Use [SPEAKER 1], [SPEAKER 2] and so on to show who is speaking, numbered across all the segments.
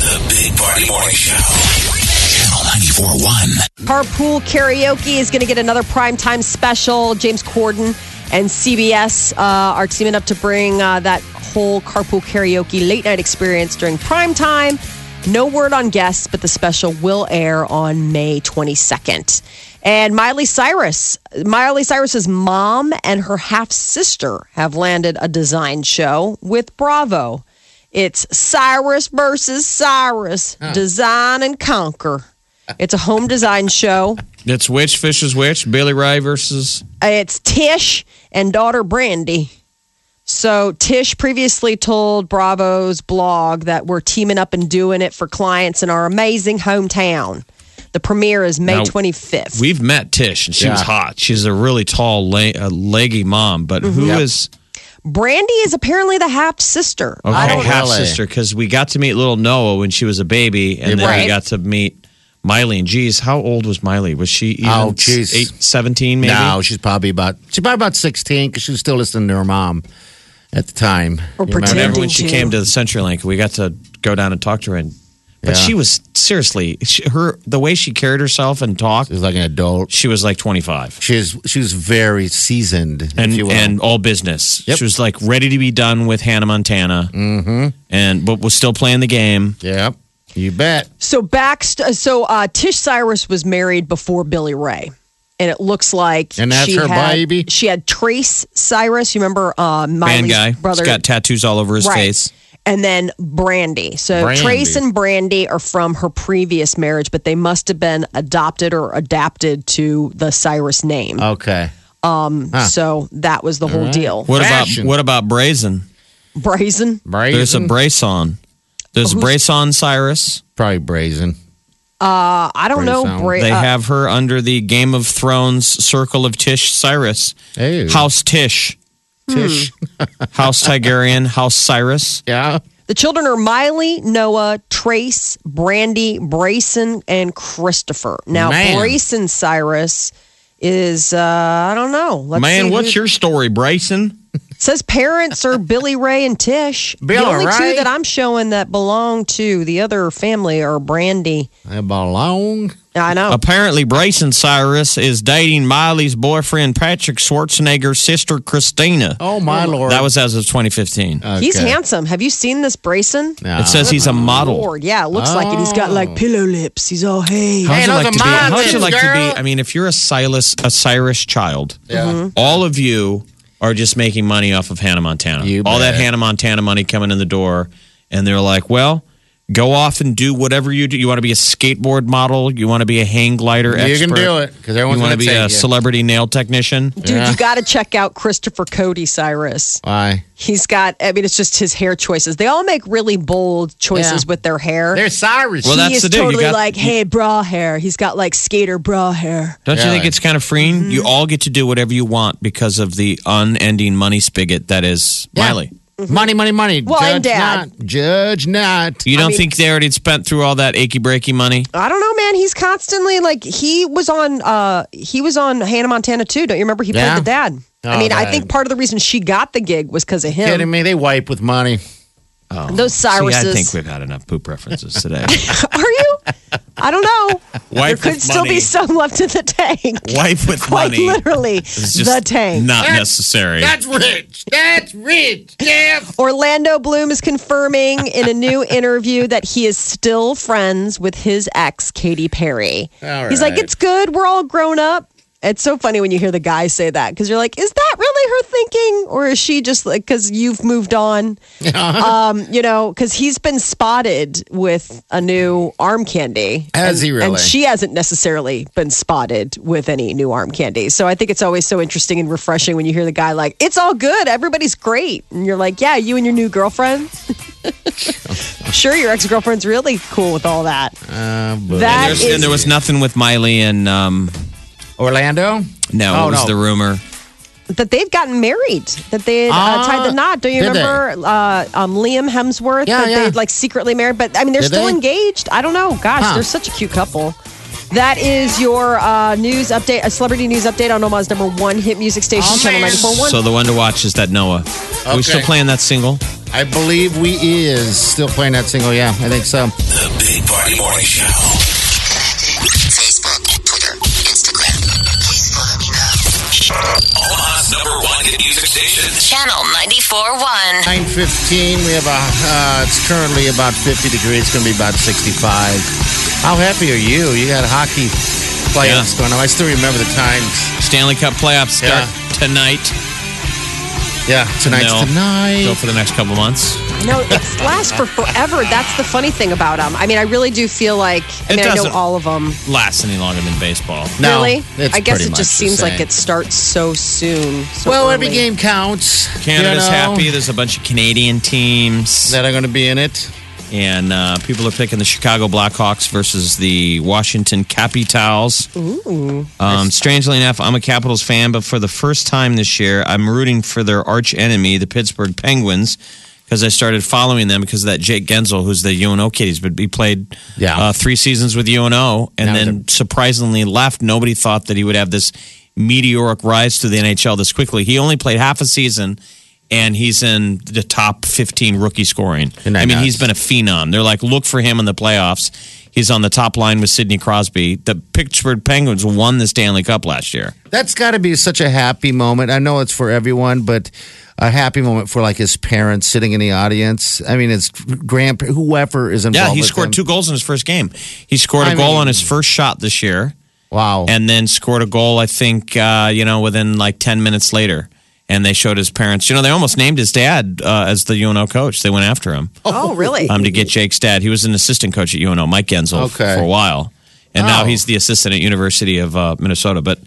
[SPEAKER 1] The Big Party Morning Show. Channel 94.1.
[SPEAKER 2] Carpool Karaoke is going to get another primetime special. James Corden and CBS uh, are teaming up to bring uh, that whole Carpool Karaoke late night experience during primetime. No word on guests, but the special will air on May 22nd. And Miley Cyrus, Miley Cyrus's mom and her half sister have landed a design show with Bravo. It's Cyrus versus Cyrus, Design and Conquer. It's a home design show. Uh,
[SPEAKER 3] It's which fish is which. Billy Ray versus.
[SPEAKER 2] It's Tish and daughter Brandy. So Tish previously told Bravo's blog that we're teaming up and doing it for clients in our amazing hometown. The premiere is May
[SPEAKER 3] Now,
[SPEAKER 2] 25th.
[SPEAKER 3] We've met Tish, and she was hot. She's a really tall, le- uh, leggy
[SPEAKER 4] Mm-hmm.
[SPEAKER 3] mom. But who is
[SPEAKER 2] Brandy is apparently the half sister. I
[SPEAKER 3] okay,
[SPEAKER 2] don't
[SPEAKER 3] half sister? Because we got to meet little Noah when she was a baby, and then
[SPEAKER 2] Right.
[SPEAKER 3] we got to meet Miley. And geez, how old was Miley? Was she? Even
[SPEAKER 4] Oh, geez.
[SPEAKER 3] eight, 17 maybe.
[SPEAKER 4] No, she's probably about she's probably about sixteen because she was still listening to her mom at the time.
[SPEAKER 2] Or
[SPEAKER 4] You remember?
[SPEAKER 2] pretend-
[SPEAKER 3] Remember when she
[SPEAKER 2] Didn't you?
[SPEAKER 3] came to the CenturyLink? We got to go down and talk to her, and but
[SPEAKER 4] Yeah.
[SPEAKER 3] she was seriously she, her the way she carried herself and talked.
[SPEAKER 4] She was like an adult.
[SPEAKER 3] She was like twenty five.
[SPEAKER 4] She's she was very seasoned,
[SPEAKER 3] and
[SPEAKER 4] if you will.
[SPEAKER 3] and all business.
[SPEAKER 4] Yep.
[SPEAKER 3] She was like ready to be done with Hannah Montana, mm-hmm. and but was still playing the game.
[SPEAKER 4] yeah, you bet.
[SPEAKER 2] So back, so uh, Tish Cyrus was married before Billy Ray, and it looks like
[SPEAKER 4] And that's
[SPEAKER 2] she
[SPEAKER 4] her
[SPEAKER 2] had,
[SPEAKER 4] baby?
[SPEAKER 2] She had Trace Cyrus. You remember uh,
[SPEAKER 3] Band
[SPEAKER 2] Miley's
[SPEAKER 3] guy,
[SPEAKER 2] brother?
[SPEAKER 3] he's got tattoos all over his
[SPEAKER 2] Right.
[SPEAKER 3] face.
[SPEAKER 2] and then Brandy. So
[SPEAKER 4] Brandy.
[SPEAKER 2] Trace and Brandy are from her previous marriage, but they must have been adopted or adapted to the Cyrus name. Um,
[SPEAKER 4] Okay,
[SPEAKER 2] So that was the whole deal.
[SPEAKER 3] What
[SPEAKER 4] Fashion.
[SPEAKER 3] about what about Brazen?
[SPEAKER 2] Brazen.
[SPEAKER 4] brazen.
[SPEAKER 3] There's a brace on. There's brace on Cyrus.
[SPEAKER 4] probably brazen.
[SPEAKER 2] Uh, I don't know.
[SPEAKER 4] Brazen.
[SPEAKER 2] Bra-
[SPEAKER 3] They
[SPEAKER 2] uh,
[SPEAKER 3] have her under the Game of Thrones circle of Tish Cyrus,
[SPEAKER 4] Hey, Hmm.
[SPEAKER 3] House Tish,
[SPEAKER 4] Tish.
[SPEAKER 3] House Tigerian, House Cyrus.
[SPEAKER 4] Yeah,
[SPEAKER 2] the children are Miley, Noah, Trace, Brandy, Brayson, and Christopher. Now
[SPEAKER 4] Man.
[SPEAKER 2] Brayson Cyrus is uh, I don't know. Let's
[SPEAKER 3] Man,
[SPEAKER 2] see
[SPEAKER 3] what's
[SPEAKER 2] who-
[SPEAKER 3] your story, Brayson?
[SPEAKER 2] says parents are Billy Ray and Tish.
[SPEAKER 4] Billy
[SPEAKER 2] the only two
[SPEAKER 4] Ray?
[SPEAKER 2] that I'm showing that belong to the other family are Brandy.
[SPEAKER 4] I belong.
[SPEAKER 2] I know.
[SPEAKER 3] Apparently, Brayson Cyrus is dating Miley's boyfriend Patrick Schwarzenegger's sister Christina.
[SPEAKER 4] Oh my lord,
[SPEAKER 3] That was as of 2015.
[SPEAKER 2] He's
[SPEAKER 4] okay.
[SPEAKER 2] handsome. Have you seen this Brayson?
[SPEAKER 4] No.
[SPEAKER 3] it says he's a model. Oh.
[SPEAKER 2] Lord, yeah, it looks like it. He's got like pillow lips. He's all hey.
[SPEAKER 3] How'd
[SPEAKER 4] Hey,
[SPEAKER 3] you
[SPEAKER 4] those
[SPEAKER 3] like
[SPEAKER 4] are
[SPEAKER 3] to be?
[SPEAKER 4] my
[SPEAKER 3] How'd you
[SPEAKER 4] lips,
[SPEAKER 3] like to
[SPEAKER 4] girl.
[SPEAKER 3] be? I mean, if you're a Silas, a Cyrus child,
[SPEAKER 4] Yeah.
[SPEAKER 3] all of you are just making money off of Hannah Montana.
[SPEAKER 4] You
[SPEAKER 3] all that
[SPEAKER 4] bet.
[SPEAKER 3] Hannah Montana money coming in the door, and they're like, "Well, go off and do whatever you do. You want to be a skateboard model? You want to be a hang glider
[SPEAKER 4] You
[SPEAKER 3] expert?
[SPEAKER 4] can do it because
[SPEAKER 3] You
[SPEAKER 4] everyone's
[SPEAKER 3] want
[SPEAKER 4] going
[SPEAKER 3] to be
[SPEAKER 4] take
[SPEAKER 3] a
[SPEAKER 4] you.
[SPEAKER 3] celebrity nail technician?
[SPEAKER 2] Dude, you got to check out Christopher Cody Cyrus.
[SPEAKER 4] Why?
[SPEAKER 2] He's got, I mean, it's just his hair choices. They all make really bold choices
[SPEAKER 4] Yeah.
[SPEAKER 2] with their hair.
[SPEAKER 4] There's Cyrus.
[SPEAKER 3] Well,
[SPEAKER 2] he
[SPEAKER 3] that's
[SPEAKER 2] is
[SPEAKER 3] the deal. You
[SPEAKER 2] totally
[SPEAKER 3] got-
[SPEAKER 2] like, hey, bra hair. He's got like skater bra hair.
[SPEAKER 3] Don't you think
[SPEAKER 4] Really?
[SPEAKER 3] it's kind of freeing?
[SPEAKER 4] Mm-hmm.
[SPEAKER 3] You all get to do whatever you want because of the unending money spigot that is
[SPEAKER 4] Yeah.
[SPEAKER 3] Miley.
[SPEAKER 4] money, money, money.
[SPEAKER 2] Mm-hmm. Well,
[SPEAKER 4] Judge
[SPEAKER 2] and Dad.
[SPEAKER 4] not. Judge not.
[SPEAKER 3] You don't think they already spent through all that achy breaky money?
[SPEAKER 2] I don't know, man. He's constantly like he was on uh he was on Hannah Montana too. Don't you remember he
[SPEAKER 4] Yeah.
[SPEAKER 2] played the dad? I
[SPEAKER 4] Oh,
[SPEAKER 2] mean, I
[SPEAKER 4] that-
[SPEAKER 2] think part of the reason she got the gig was because of
[SPEAKER 4] Kidding
[SPEAKER 2] him.
[SPEAKER 4] me? They wipe with money.
[SPEAKER 2] Those Cyruses.
[SPEAKER 3] See, I think we've had enough poop references today.
[SPEAKER 2] Are you? I don't know. there
[SPEAKER 3] Wife
[SPEAKER 2] could
[SPEAKER 3] with
[SPEAKER 2] still be
[SPEAKER 3] money.
[SPEAKER 2] some left in the tank.
[SPEAKER 3] Wife with
[SPEAKER 2] Quite
[SPEAKER 3] money.
[SPEAKER 2] literally,
[SPEAKER 3] It's just
[SPEAKER 2] the tank.
[SPEAKER 3] Not necessary.
[SPEAKER 4] That's rich. That's rich. Jeff.
[SPEAKER 2] Orlando Bloom is confirming in a new interview that he is still friends with his ex, Katy Perry.
[SPEAKER 4] All
[SPEAKER 2] He's like,
[SPEAKER 4] right.
[SPEAKER 2] it's good. We're all grown up. It's so funny when you hear the guy say that because you're like, is that really her thinking? Or is she just like, because you've moved on? um, you know, because he's been spotted with a new arm candy.
[SPEAKER 4] Has
[SPEAKER 2] and,
[SPEAKER 4] he really?
[SPEAKER 2] And she hasn't necessarily been spotted with any new arm candy. So I think it's always so interesting and refreshing when you hear the guy like, it's all good. Everybody's great. And you're like, yeah, you and your new girlfriend. sure your ex girlfriend's really cool with all that.
[SPEAKER 4] Uh, but-
[SPEAKER 2] That
[SPEAKER 3] There's,
[SPEAKER 2] is-
[SPEAKER 3] and there was nothing with Miley and um,
[SPEAKER 4] Orlando?
[SPEAKER 3] no,
[SPEAKER 4] Oh,
[SPEAKER 3] it was
[SPEAKER 4] no.
[SPEAKER 3] the rumor.
[SPEAKER 2] That they've gotten married. That they had uh,
[SPEAKER 4] Ah,
[SPEAKER 2] tied the knot. Don't you
[SPEAKER 4] did they?
[SPEAKER 2] remember uh, um, Liam Hemsworth?
[SPEAKER 4] Yeah,
[SPEAKER 2] that
[SPEAKER 4] yeah.
[SPEAKER 2] they'd like secretly married. But I mean, they're
[SPEAKER 4] Did
[SPEAKER 2] still
[SPEAKER 4] they?
[SPEAKER 2] engaged. I don't know. Gosh,
[SPEAKER 4] Huh.
[SPEAKER 2] they're such a cute couple. That is your uh, news update, a celebrity news update on Omaha's number one hit music station,
[SPEAKER 4] Oh,
[SPEAKER 2] Channel
[SPEAKER 4] man.
[SPEAKER 2] 94.1.
[SPEAKER 3] So the one to watch is that Noah. Are we still
[SPEAKER 4] Okay.
[SPEAKER 3] playing that single?
[SPEAKER 4] I believe we is still playing that single. Yeah, I think so.
[SPEAKER 1] The Big Party Morning Show.
[SPEAKER 5] Facebook, Twitter, Instagram. Please follow me now.
[SPEAKER 1] Omaha's number one hit music station.
[SPEAKER 5] Channel 94.1.
[SPEAKER 4] 9.15, we have a, uh, it's currently about 50 degrees. It's going to be about 65. How happy are you? You got hockey playoffs
[SPEAKER 3] Yeah.
[SPEAKER 4] going on. I still remember the times.
[SPEAKER 3] Stanley Cup playoffs start tonight.
[SPEAKER 4] Yeah, tonight's
[SPEAKER 3] No.
[SPEAKER 4] tonight.
[SPEAKER 3] Go for the next couple months.
[SPEAKER 2] No, it's lasts for forever. That's the funny thing about them. I mean, I really do feel like I
[SPEAKER 3] It
[SPEAKER 2] mean, I know
[SPEAKER 3] doesn't-
[SPEAKER 2] all of them.
[SPEAKER 3] Last any longer than baseball.
[SPEAKER 4] No,
[SPEAKER 2] really,
[SPEAKER 4] it's
[SPEAKER 2] I guess
[SPEAKER 4] pretty
[SPEAKER 2] it
[SPEAKER 4] much
[SPEAKER 2] just
[SPEAKER 4] the
[SPEAKER 2] seems like
[SPEAKER 4] same.
[SPEAKER 2] it starts so soon. so
[SPEAKER 4] Well, every
[SPEAKER 2] early.
[SPEAKER 4] game counts.
[SPEAKER 3] Canada's
[SPEAKER 4] you know,
[SPEAKER 3] happy. There's a bunch of Canadian teams,
[SPEAKER 4] that are going to be in it.
[SPEAKER 3] and uh, people are picking the Chicago Blackhawks versus the Washington Capitals. Ooh. Um, strangely enough, I'm a Capitals fan, but for the first time this year, I'm rooting for their arch enemy, the Pittsburgh Penguins, because I started following them because of that Jake Gensel, who's the UNO kiddies, but he played
[SPEAKER 4] Yeah.
[SPEAKER 3] uh, three seasons with UNO, and
[SPEAKER 4] Now
[SPEAKER 3] then surprisingly left. Nobody thought that he would have this meteoric rise to the NHL this quickly. He only played half a season, and he's in the top 15 rookie scoring.
[SPEAKER 4] Isn't that
[SPEAKER 3] I mean,
[SPEAKER 4] nuts?
[SPEAKER 3] he's been a phenom. They're like, look for him in the playoffs. He's on the top line with Sidney Crosby. The Pittsburgh Penguins won the Stanley Cup last year.
[SPEAKER 4] That's got to be such a happy moment. I know it's for everyone, but a happy moment for like his parents sitting in the audience. I mean, it's grand whoever is involved.
[SPEAKER 3] Yeah, he
[SPEAKER 4] with
[SPEAKER 3] scored
[SPEAKER 4] him.
[SPEAKER 3] two goals in his first game. He scored a
[SPEAKER 4] I
[SPEAKER 3] goal
[SPEAKER 4] mean-
[SPEAKER 3] on his first shot this year.
[SPEAKER 4] Wow.
[SPEAKER 3] and then scored a goal. I think uh, you know within like ten minutes later, and they showed his parents. You know, they almost named his dad uh, as the UNO coach. They went after him
[SPEAKER 2] Oh, really?
[SPEAKER 3] um, to get Jake's dad. He was an assistant coach at UNO, Mike Genzel, f-
[SPEAKER 4] Okay.
[SPEAKER 3] for a while, and now
[SPEAKER 4] Oh.
[SPEAKER 3] he's the assistant at University of uh, Minnesota. But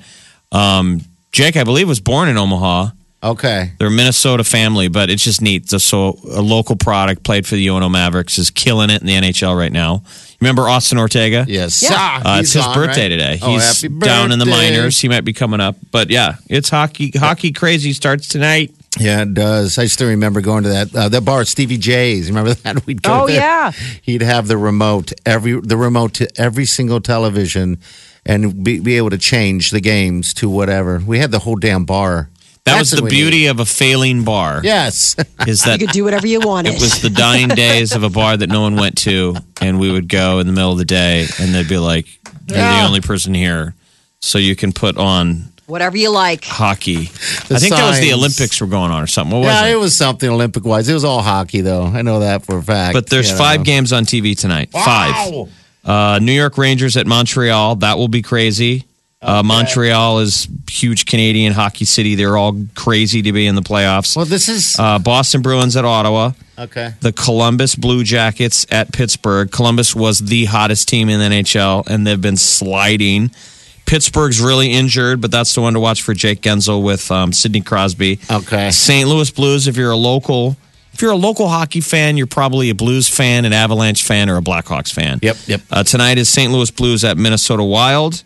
[SPEAKER 3] um, Jake, I believe, was born in Omaha.
[SPEAKER 4] okay.
[SPEAKER 3] They're a Minnesota family, but it's just neat. The- So a local product played for the UNO Mavericks is killing it in the NHL right now. Remember Austin Ortega?
[SPEAKER 4] Yes.
[SPEAKER 2] Yeah.
[SPEAKER 4] Ah,
[SPEAKER 3] Uh,
[SPEAKER 4] he's
[SPEAKER 3] it's his
[SPEAKER 4] on,
[SPEAKER 3] birthday
[SPEAKER 4] right?
[SPEAKER 3] today. He's
[SPEAKER 4] Oh, happy birthday.
[SPEAKER 3] down in the minors. He might be coming up, but yeah, it's hockey. Hockey crazy starts tonight.
[SPEAKER 4] Yeah, it does. I still remember going to that uh, that bar, Stevie J's. Remember that? We'd go.
[SPEAKER 2] Oh,
[SPEAKER 4] there.
[SPEAKER 2] yeah.
[SPEAKER 4] He'd have the remote every the remote to every single television, and be, be able to change the games to whatever. We had the whole damn bar.
[SPEAKER 3] That
[SPEAKER 4] That's
[SPEAKER 3] was the
[SPEAKER 4] what we
[SPEAKER 3] beauty of a failing bar.
[SPEAKER 4] need. Yes.
[SPEAKER 3] is
[SPEAKER 2] you
[SPEAKER 3] that
[SPEAKER 2] could do whatever you wanted.
[SPEAKER 3] it was the dying days of a bar that no one went to, and we would go in the middle of the day, and they'd be like, "You're
[SPEAKER 4] Yeah.
[SPEAKER 3] the only person here, so you can put on
[SPEAKER 2] whatever you like.
[SPEAKER 3] hockey."
[SPEAKER 4] The
[SPEAKER 3] I think that was the
[SPEAKER 4] signs.
[SPEAKER 3] Olympics were going on or something. What was
[SPEAKER 4] yeah,
[SPEAKER 3] it?
[SPEAKER 4] it was something Olympic wise. It was all hockey though. I know that for a fact.
[SPEAKER 3] But there's
[SPEAKER 4] you know.
[SPEAKER 3] five games on TV tonight. Five. Uh, New York Rangers at Montreal. That will be crazy. Uh, Montreal is huge Canadian hockey city. They're all crazy to be in the playoffs.
[SPEAKER 4] Well, this is
[SPEAKER 3] Uh, Boston Bruins at Ottawa.
[SPEAKER 4] okay.
[SPEAKER 3] The Columbus Blue Jackets at Pittsburgh. Columbus was the hottest team in the NHL, and they've been sliding. Pittsburgh's really injured, but that's the one to watch for Jake Genzel with um, Sidney Crosby.
[SPEAKER 4] Okay.
[SPEAKER 3] St. Louis Blues. If you're a local, if you're a local hockey fan, you're probably a Blues fan, an Avalanche fan, or a Blackhawks fan.
[SPEAKER 4] Yep, yep.
[SPEAKER 3] Uh, tonight is St. Louis Blues at Minnesota Wild,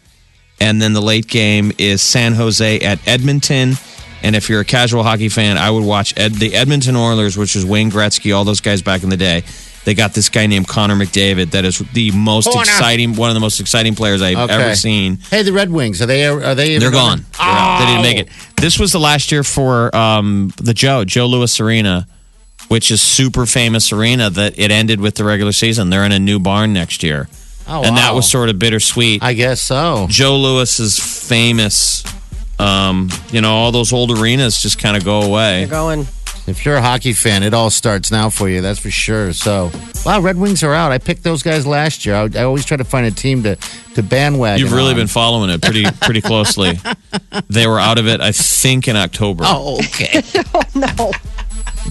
[SPEAKER 3] and then the late game is San Jose at Edmonton. And if you're a casual hockey fan, I would watch Ed, the Edmonton Oilers, which is Wayne Gretzky, all those guys back in the day. They got this guy named Connor McDavid that is the most
[SPEAKER 4] Connor.
[SPEAKER 3] exciting, one of the most exciting players I've
[SPEAKER 4] Okay.
[SPEAKER 3] ever seen.
[SPEAKER 4] Hey, the Red Wings are they? Are they?
[SPEAKER 3] They're gone. They're out. They didn't make
[SPEAKER 4] Oh.
[SPEAKER 3] it. This was the last year for um, the Joe, Joe Louis Arena, which is super famous arena that it ended with the regular season. They're in a new barn next year.
[SPEAKER 4] Oh,
[SPEAKER 3] and that
[SPEAKER 4] wow.
[SPEAKER 3] was sort of bittersweet.
[SPEAKER 4] I guess so.
[SPEAKER 3] Joe Louis is famous. Um, you know, all those old arenas just kind of go away.
[SPEAKER 2] Going.
[SPEAKER 4] If you're a hockey fan, it all starts now for you. That's for sure. So, wow, Red Wings are out. I picked those guys last year. I, I always try to find a team to to bandwagon.
[SPEAKER 3] You've really
[SPEAKER 4] on.
[SPEAKER 3] been following it pretty pretty closely. they were out of it, I think, in October.
[SPEAKER 4] Oh, okay.
[SPEAKER 2] No.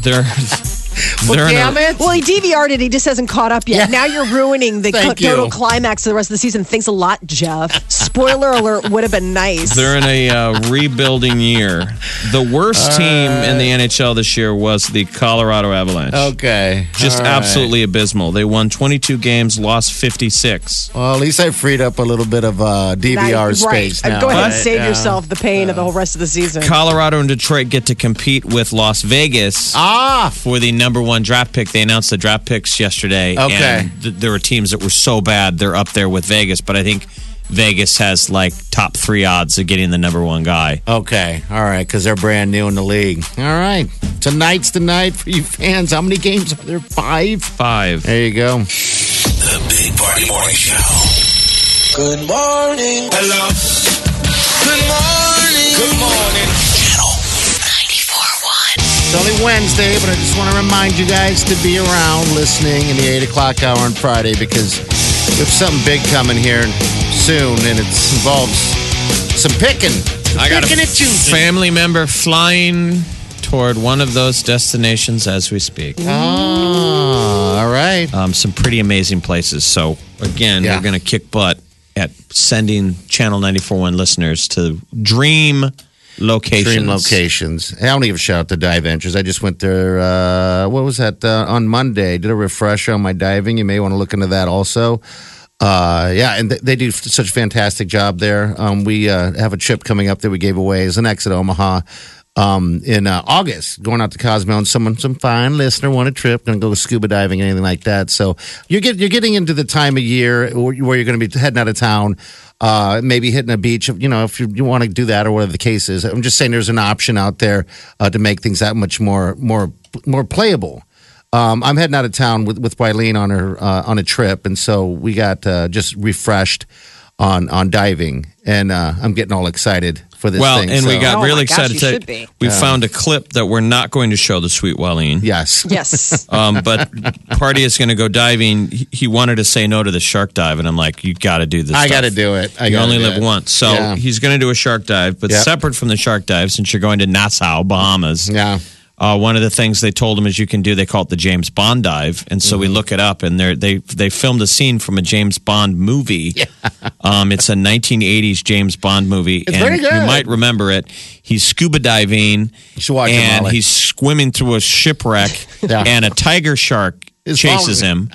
[SPEAKER 3] They're They're in a-
[SPEAKER 4] damn it.
[SPEAKER 2] Well, he DVR'd it. He just hasn't caught up yet.
[SPEAKER 4] Yeah.
[SPEAKER 2] Now you're ruining the
[SPEAKER 4] Thank
[SPEAKER 2] co- total
[SPEAKER 4] you.
[SPEAKER 2] climax of the rest of the season. Thanks a lot, Jeff. Spoiler alert would have been nice.
[SPEAKER 3] They're in a uh, rebuilding year. The worst team in the NHL this year was the Colorado Avalanche.
[SPEAKER 4] okay.
[SPEAKER 3] Just
[SPEAKER 4] All right.
[SPEAKER 3] absolutely abysmal. They won 22 games, lost 56.
[SPEAKER 4] Well, at least I freed up a little bit of uh,
[SPEAKER 2] Now-
[SPEAKER 4] DVR space
[SPEAKER 2] Right.
[SPEAKER 4] now.
[SPEAKER 2] Go ahead and
[SPEAKER 3] But-
[SPEAKER 2] save yourself the pain of the whole rest of the season.
[SPEAKER 3] Colorado and Detroit get to compete with Las Vegas
[SPEAKER 4] Ah,
[SPEAKER 3] for the number one draft pick. They announced the draft picks yesterday.
[SPEAKER 4] Okay.
[SPEAKER 3] And th- there were teams that were so bad, they're up there with Vegas. But I think Vegas has like top three odds of getting the number one guy.
[SPEAKER 4] Okay. All right. Because they're brand new in the league. All right. Tonight's the night for you fans. How many games are there? Five?
[SPEAKER 3] Five.
[SPEAKER 4] There you go.
[SPEAKER 1] The Big Party Morning Show. Good morning. Hello. Good morning. Good morning. Channel
[SPEAKER 5] 94.1.
[SPEAKER 4] It's only Wednesday, but I just want to remind you guys to be around listening in the 8 o'clock hour on Friday because we have something big coming here soon, and it involves some picking.
[SPEAKER 3] I got
[SPEAKER 4] picking
[SPEAKER 3] a
[SPEAKER 4] and choosing.
[SPEAKER 3] family member flying toward one of those destinations as we speak.
[SPEAKER 4] Oh, all right.
[SPEAKER 3] Um, some pretty amazing places. So again,
[SPEAKER 4] Yeah.
[SPEAKER 3] we're going to kick butt at sending Channel 94.1 listeners to dream locations.
[SPEAKER 4] Dream locations. And I want to give a shout out to Dive Ventures. I just went there. Uh, what was that uh, on Monday? Did a refresher on my diving. You may want to look into that also. Uh, yeah, and th- they do f- such a fantastic job there. Um, we uh, have a trip coming up that we gave away as an exit Omaha um, in uh, August, going out to Cosmo, and someone, some fine listener, won a trip, going to go scuba diving, anything like that. So you're get, you're getting into the time of year where you- where you're going to be heading out of town, uh, maybe hitting a beach, you know, if you, you want to do that or whatever the case is. I'm just saying there's an option out there uh, to make things that much more more more playable. Um, I'm heading out of town with with Wileen on her uh, on a trip, and so we got uh, just refreshed on on diving, and uh, I'm getting all excited for this.
[SPEAKER 3] Well,
[SPEAKER 4] thing,
[SPEAKER 3] and we
[SPEAKER 4] so-
[SPEAKER 3] got
[SPEAKER 2] Oh
[SPEAKER 3] really
[SPEAKER 2] my gosh,
[SPEAKER 3] excited.
[SPEAKER 2] you
[SPEAKER 3] to-
[SPEAKER 2] should be.
[SPEAKER 3] we found a clip that we're not going to show the sweet Wellene.
[SPEAKER 4] yes,
[SPEAKER 2] yes.
[SPEAKER 3] Um, but party is going to go diving. He, he wanted to say no to the shark dive, and I'm like, you got to do this.
[SPEAKER 4] I
[SPEAKER 3] got to
[SPEAKER 4] do it. I
[SPEAKER 3] You
[SPEAKER 4] gotta
[SPEAKER 3] only
[SPEAKER 4] do
[SPEAKER 3] live
[SPEAKER 4] it.
[SPEAKER 3] once, so
[SPEAKER 4] Yeah.
[SPEAKER 3] he's going to do a shark dive. But
[SPEAKER 4] Yep.
[SPEAKER 3] separate from the shark dive, since you're going to Nassau, Bahamas,
[SPEAKER 4] Yeah.
[SPEAKER 3] uh, one of the things they told him is you can do. They call it the James Bond dive, and so we
[SPEAKER 4] Mm-hmm.
[SPEAKER 3] look it up, and they they they filmed a scene from a James Bond movie. Um, it's a 1980s James Bond movie, it's and
[SPEAKER 4] very
[SPEAKER 3] you
[SPEAKER 4] good.
[SPEAKER 3] might remember it. He's scuba diving,
[SPEAKER 4] should watch it,
[SPEAKER 3] and
[SPEAKER 4] Molly.
[SPEAKER 3] he's swimming through a shipwreck,
[SPEAKER 4] Yeah.
[SPEAKER 3] and a tiger shark
[SPEAKER 4] Is
[SPEAKER 3] chases
[SPEAKER 4] following
[SPEAKER 3] him,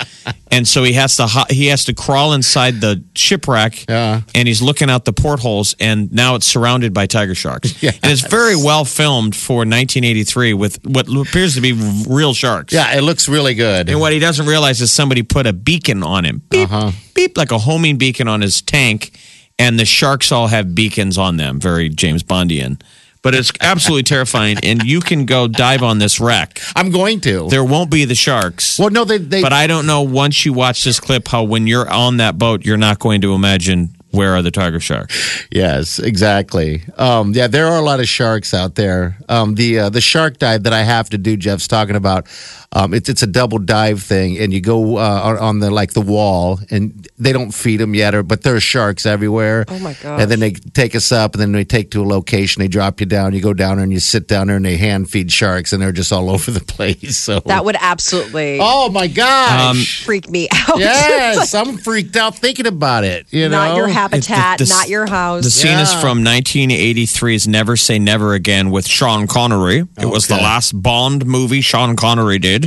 [SPEAKER 3] and so he has to ho- he has to crawl inside the shipwreck,
[SPEAKER 4] Yeah.
[SPEAKER 3] and he's looking out the portholes, and now it's surrounded by tiger sharks,
[SPEAKER 4] Yes.
[SPEAKER 3] and it's very well filmed for 1983 with what appears to be real sharks.
[SPEAKER 4] Yeah, it looks really good.
[SPEAKER 3] And what he doesn't realize is somebody put a beacon on him. Beep, beep, like a homing beacon on his tank. And the sharks all have beacons on them, very James Bondian. But it's absolutely terrifying. And you can go dive on this wreck.
[SPEAKER 4] I'm going to.
[SPEAKER 3] There won't be the sharks.
[SPEAKER 4] well, no, they they
[SPEAKER 3] But I don't know once you watch this clip how when you're on that boat, you're not going to imagine where are the tiger sharks.
[SPEAKER 4] Yes, exactly. Um, yeah, there are a lot of sharks out there. Um, the uh, the shark dive that I have to do, Jeff's talking about. Um, it's it's a double dive thing, and you go uh, on- on the like the wall, and they don't feed them yet, or but there are sharks everywhere. Oh
[SPEAKER 2] my
[SPEAKER 4] And then they take us up, and then they take to a location, they drop you down, you go down there, and you sit down there, and they hand feed sharks, and they're just all over the place. So
[SPEAKER 2] that would absolutely
[SPEAKER 4] oh my
[SPEAKER 3] Um,
[SPEAKER 4] gosh,
[SPEAKER 2] freak me out.
[SPEAKER 4] yes, I'm freaked out thinking about it. You know,
[SPEAKER 2] not your habitat,
[SPEAKER 3] the- the-
[SPEAKER 2] not your house.
[SPEAKER 3] The scene is from 1983's Never Say Never Again with Sean Connery. It was the
[SPEAKER 4] Okay. Ah.
[SPEAKER 3] last Bond movie Sean Connery did.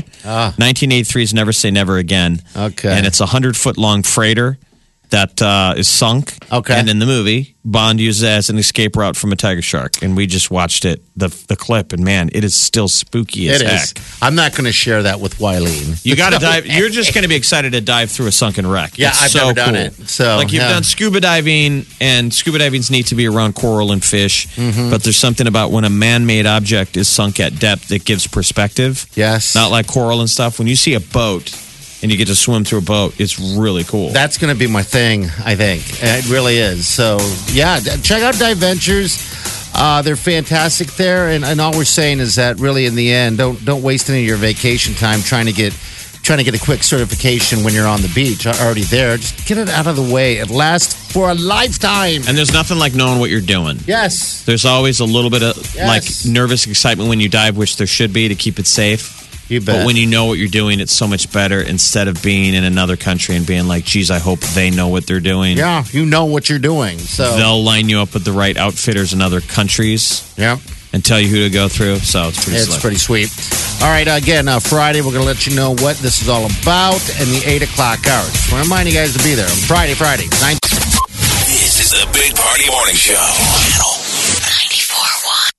[SPEAKER 3] 1983's Never Say Never Again.
[SPEAKER 4] Okay.
[SPEAKER 3] And it's a 100 foot long freighter that uh, is sunk.
[SPEAKER 4] Okay.
[SPEAKER 3] And in the movie, Bond uses it as an escape route from a tiger shark. And we just watched it, the, the clip, and man, it is still spooky as
[SPEAKER 4] It
[SPEAKER 3] heck.
[SPEAKER 4] is. I'm not going to share that with Wileen.
[SPEAKER 3] You got to dive. You're just going to be excited to dive through a sunken wreck.
[SPEAKER 4] Yeah,
[SPEAKER 3] It's
[SPEAKER 4] I've
[SPEAKER 3] so
[SPEAKER 4] never done
[SPEAKER 3] cool.
[SPEAKER 4] it, so,
[SPEAKER 3] like you've
[SPEAKER 4] yeah.
[SPEAKER 3] done scuba diving, and scuba diving's neat to be around coral and fish.
[SPEAKER 4] Mm-hmm.
[SPEAKER 3] But there's something about when a man-made object is sunk at depth that gives perspective.
[SPEAKER 4] Yes.
[SPEAKER 3] not like coral and stuff. When you see a boat and you get to swim through a boat, it's really cool.
[SPEAKER 4] That's going to be my thing, I think. It really is. So, yeah, d- check out Dive Ventures. Uh, they're fantastic there, and, and all we're saying is that really, in the end, don't don't waste any of your vacation time trying to get trying to get a quick certification when you're on the beach Are already there. Just get it out of the way. It lasts for a lifetime.
[SPEAKER 3] and there's nothing like knowing what you're doing.
[SPEAKER 4] yes,
[SPEAKER 3] There's always a little bit of
[SPEAKER 4] Yes.
[SPEAKER 3] like nervous excitement when you dive, which there should be to keep it safe.
[SPEAKER 4] You bet.
[SPEAKER 3] But when you know what you're doing, it's so much better instead of being in another country and being like, geez, I hope they know what they're doing.
[SPEAKER 4] yeah, you know what you're doing. So
[SPEAKER 3] They'll line you up with the right outfitters in other countries
[SPEAKER 4] yeah.
[SPEAKER 3] and tell you who to go through. So it's pretty
[SPEAKER 4] It's
[SPEAKER 3] slick.
[SPEAKER 4] pretty sweet. All right, again, uh, Friday, we're going to let you know what this is all about in the 8 o'clock hour. Just want to remind you guys to be there on Friday, Friday, 9.
[SPEAKER 1] This is the Big Party Morning Show. Channel
[SPEAKER 5] 941.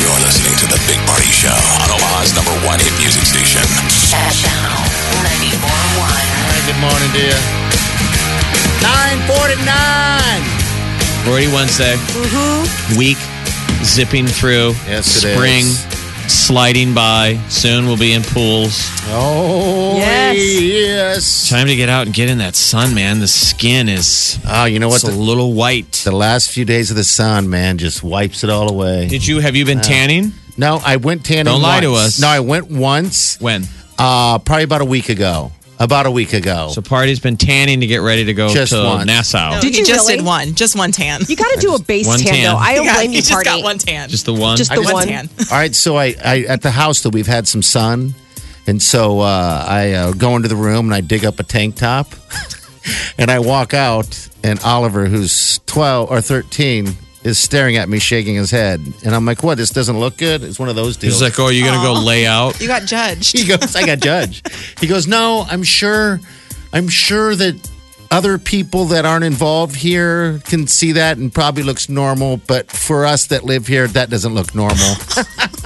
[SPEAKER 1] You're listening to the Big Party Show on Omaha's number one hit music station.
[SPEAKER 5] Channel 941.
[SPEAKER 4] good morning, dear. 949.
[SPEAKER 3] Already Wednesday. Week zipping through.
[SPEAKER 4] Yes, it
[SPEAKER 3] Spring
[SPEAKER 4] is.
[SPEAKER 3] sliding by. Soon we'll be in pools.
[SPEAKER 4] Oh,
[SPEAKER 2] Yes.
[SPEAKER 4] yes.
[SPEAKER 3] Time to get out and get in that sun, man. The skin is
[SPEAKER 4] Oh, you know what?
[SPEAKER 3] it's a
[SPEAKER 4] The,
[SPEAKER 3] little white.
[SPEAKER 4] the last few days of the sun, man, just wipes it all away.
[SPEAKER 3] Did you have you been tanning?
[SPEAKER 4] No, I went tanning
[SPEAKER 3] Don't lie to
[SPEAKER 4] once.
[SPEAKER 3] us.
[SPEAKER 4] No, I went once,
[SPEAKER 3] When?
[SPEAKER 4] uh, probably about a week ago. About a week ago.
[SPEAKER 3] So party's been tanning to get ready to go
[SPEAKER 4] Just
[SPEAKER 3] to
[SPEAKER 4] once.
[SPEAKER 3] Nassau.
[SPEAKER 2] Did
[SPEAKER 6] he
[SPEAKER 2] you
[SPEAKER 6] just
[SPEAKER 2] really?
[SPEAKER 6] did one, just one tan.
[SPEAKER 2] You got to do a base
[SPEAKER 3] one
[SPEAKER 2] tan,
[SPEAKER 3] tan.
[SPEAKER 2] though. I don't
[SPEAKER 6] got-
[SPEAKER 2] blame you,
[SPEAKER 6] just
[SPEAKER 2] party.
[SPEAKER 6] got one tan.
[SPEAKER 3] Just the one.
[SPEAKER 2] Just the
[SPEAKER 4] I
[SPEAKER 6] one
[SPEAKER 2] one.
[SPEAKER 6] tan.
[SPEAKER 4] All right, so I, I at the house that we've had some sun, and so uh, I uh, go into the room and I dig up a tank top, and I walk out, and Oliver, who's twelve or thirteen, is staring at me, shaking his head, and I'm like, "What? This doesn't look good." It's one of those deals.
[SPEAKER 3] He's like, oh, you're gonna go lay out.
[SPEAKER 6] You got judged.
[SPEAKER 4] he goes, "I got judged." He goes, "No, I'm sure, I'm sure that." Other people that aren't involved here can see that and probably looks normal, but for us that live here, that doesn't look normal.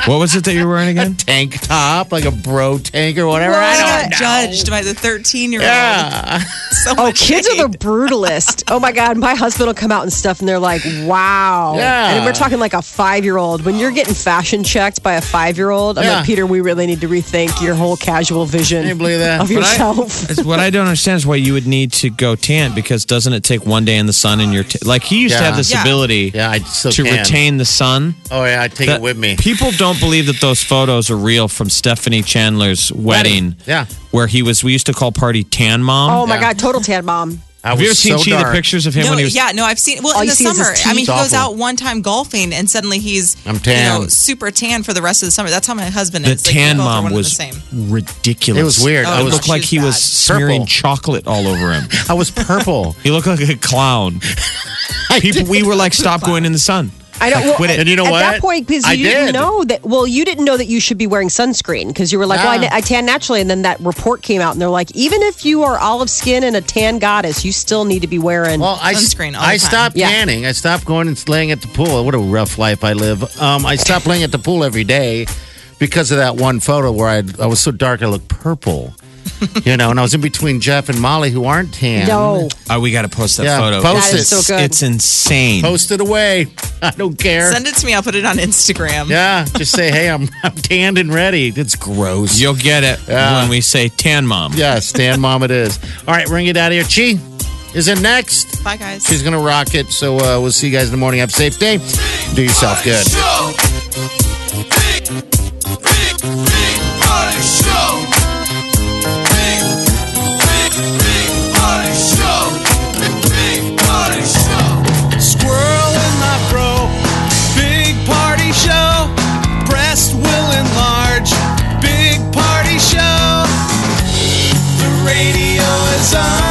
[SPEAKER 3] What was it that you were wearing again?
[SPEAKER 4] tank top, like a bro tank or whatever. I don't-
[SPEAKER 6] got judged by the 13 year old.
[SPEAKER 4] Yeah.
[SPEAKER 6] So
[SPEAKER 2] Oh,
[SPEAKER 6] much
[SPEAKER 2] kids
[SPEAKER 6] hate.
[SPEAKER 2] are the brutalist. Oh my God, my husband will come out and stuff, and they're like, "Wow!"
[SPEAKER 4] Yeah.
[SPEAKER 2] And we're talking like a five-year-old. When you're getting fashion checked by a five-year-old, I'm
[SPEAKER 4] Yeah.
[SPEAKER 2] like, Peter, we really need to rethink your whole casual vision
[SPEAKER 4] Can you believe that?
[SPEAKER 2] of
[SPEAKER 4] But I-
[SPEAKER 2] yourself.
[SPEAKER 3] It's- what I don't understand is why you would need to go tan because doesn't it take one day in the sun and you're t- like he used to
[SPEAKER 4] Yeah.
[SPEAKER 3] have this
[SPEAKER 6] Yeah.
[SPEAKER 3] ability
[SPEAKER 4] Yeah, I still
[SPEAKER 3] to
[SPEAKER 4] can.
[SPEAKER 3] retain the sun.
[SPEAKER 4] Oh yeah, I take it
[SPEAKER 3] That-
[SPEAKER 4] with me.
[SPEAKER 3] People don't believe that those photos are real from Stephanie Chandler's wedding.
[SPEAKER 4] Yeah.
[SPEAKER 3] Where he was, we used to call party Tan Mom.
[SPEAKER 2] oh my
[SPEAKER 4] Yeah.
[SPEAKER 2] God, total tan mom.
[SPEAKER 4] I
[SPEAKER 3] Have
[SPEAKER 4] was
[SPEAKER 3] you ever seen
[SPEAKER 4] so
[SPEAKER 3] she, the
[SPEAKER 4] dark.
[SPEAKER 3] pictures of him
[SPEAKER 6] No,
[SPEAKER 3] when he was?
[SPEAKER 6] yeah, no, I've seen. Well,
[SPEAKER 2] All
[SPEAKER 6] in
[SPEAKER 2] you
[SPEAKER 6] the
[SPEAKER 2] see is his
[SPEAKER 6] summer, I mean,
[SPEAKER 4] teeth.
[SPEAKER 6] he goes
[SPEAKER 4] Awful.
[SPEAKER 6] out one time golfing, and suddenly he's
[SPEAKER 4] I'm
[SPEAKER 6] You know,
[SPEAKER 4] tan.
[SPEAKER 6] super tan for the rest of the summer. That's how my husband
[SPEAKER 3] The
[SPEAKER 6] is. Like, we
[SPEAKER 3] tan
[SPEAKER 6] both are
[SPEAKER 3] mom
[SPEAKER 6] one and
[SPEAKER 3] was
[SPEAKER 6] The same.
[SPEAKER 3] ridiculous.
[SPEAKER 4] It was weird.
[SPEAKER 6] Oh,
[SPEAKER 4] I
[SPEAKER 3] It
[SPEAKER 6] it
[SPEAKER 4] was
[SPEAKER 3] looked
[SPEAKER 6] She
[SPEAKER 3] like
[SPEAKER 6] was
[SPEAKER 3] he was
[SPEAKER 6] bad.
[SPEAKER 3] smearing
[SPEAKER 4] Purple.
[SPEAKER 3] chocolate all over him.
[SPEAKER 4] I was purple.
[SPEAKER 3] He looked like a clown. People, we were like, stop going in the sun.
[SPEAKER 2] I don't.
[SPEAKER 3] quit it.
[SPEAKER 4] And you know
[SPEAKER 2] at
[SPEAKER 4] what?
[SPEAKER 2] that point, because
[SPEAKER 4] I
[SPEAKER 2] you didn't
[SPEAKER 4] did.
[SPEAKER 2] know that. Well, you didn't know that you should be wearing sunscreen because you were like, "Well, I,
[SPEAKER 4] Nah.
[SPEAKER 2] I tan naturally," and then that report came out, and they're like, "Even if you are olive skin and a tan goddess, you still need to be wearing."
[SPEAKER 4] Well, I s-
[SPEAKER 6] Sunscreen all the
[SPEAKER 4] I
[SPEAKER 6] time.
[SPEAKER 4] stopped
[SPEAKER 2] Yeah.
[SPEAKER 4] tanning. I stopped going and laying at the pool. What a rough life I live. Um, I stopped laying at the pool every day because of that one photo where I I was so dark I looked purple. you know, and I was in between Jeff and Molly who aren't tan.
[SPEAKER 2] no.
[SPEAKER 3] Oh, we got to post that
[SPEAKER 4] Yeah,
[SPEAKER 3] photo.
[SPEAKER 4] post
[SPEAKER 2] That is
[SPEAKER 4] it.
[SPEAKER 2] so good.
[SPEAKER 3] It's insane.
[SPEAKER 4] Post it away. I don't care.
[SPEAKER 6] Send it to me. I'll put it on Instagram.
[SPEAKER 4] yeah, just say, hey, I'm, I'm tanned and ready. It's gross.
[SPEAKER 3] You'll get it
[SPEAKER 4] Yeah.
[SPEAKER 3] when we say tan mom.
[SPEAKER 4] Yeah, Stan Mom it is. All right, ring it out of here. Chi is in next.
[SPEAKER 6] Bye, guys.
[SPEAKER 4] She's going to rock it. So uh, we'll see you guys in the morning. Have a safe day. Do yourself good.
[SPEAKER 1] Show. Big, big, big Party Show. Big, big, big Party Show. Big Party Show. Squirrel in my bro. Big Party Show. Breast will enlarge. Big Party Show. The radio is on.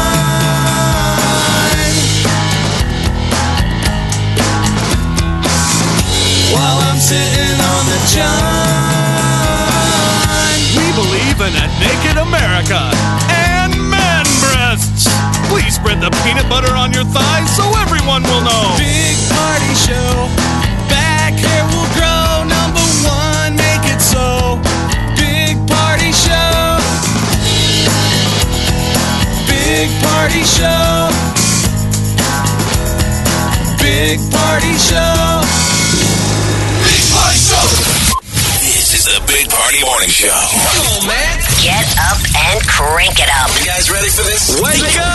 [SPEAKER 1] while I'm sitting on the john. We believe in a naked America and man breasts. Please spread the peanut butter on your thighs so everyone will know. Big party show. Back hair will grow. Number one, make it so. Big party show. Big party show. Big party show. Big Party Show. This is the Big Party Morning Show. Come on, man.
[SPEAKER 5] Get up and crank it up.
[SPEAKER 1] You guys ready for this? Wake up!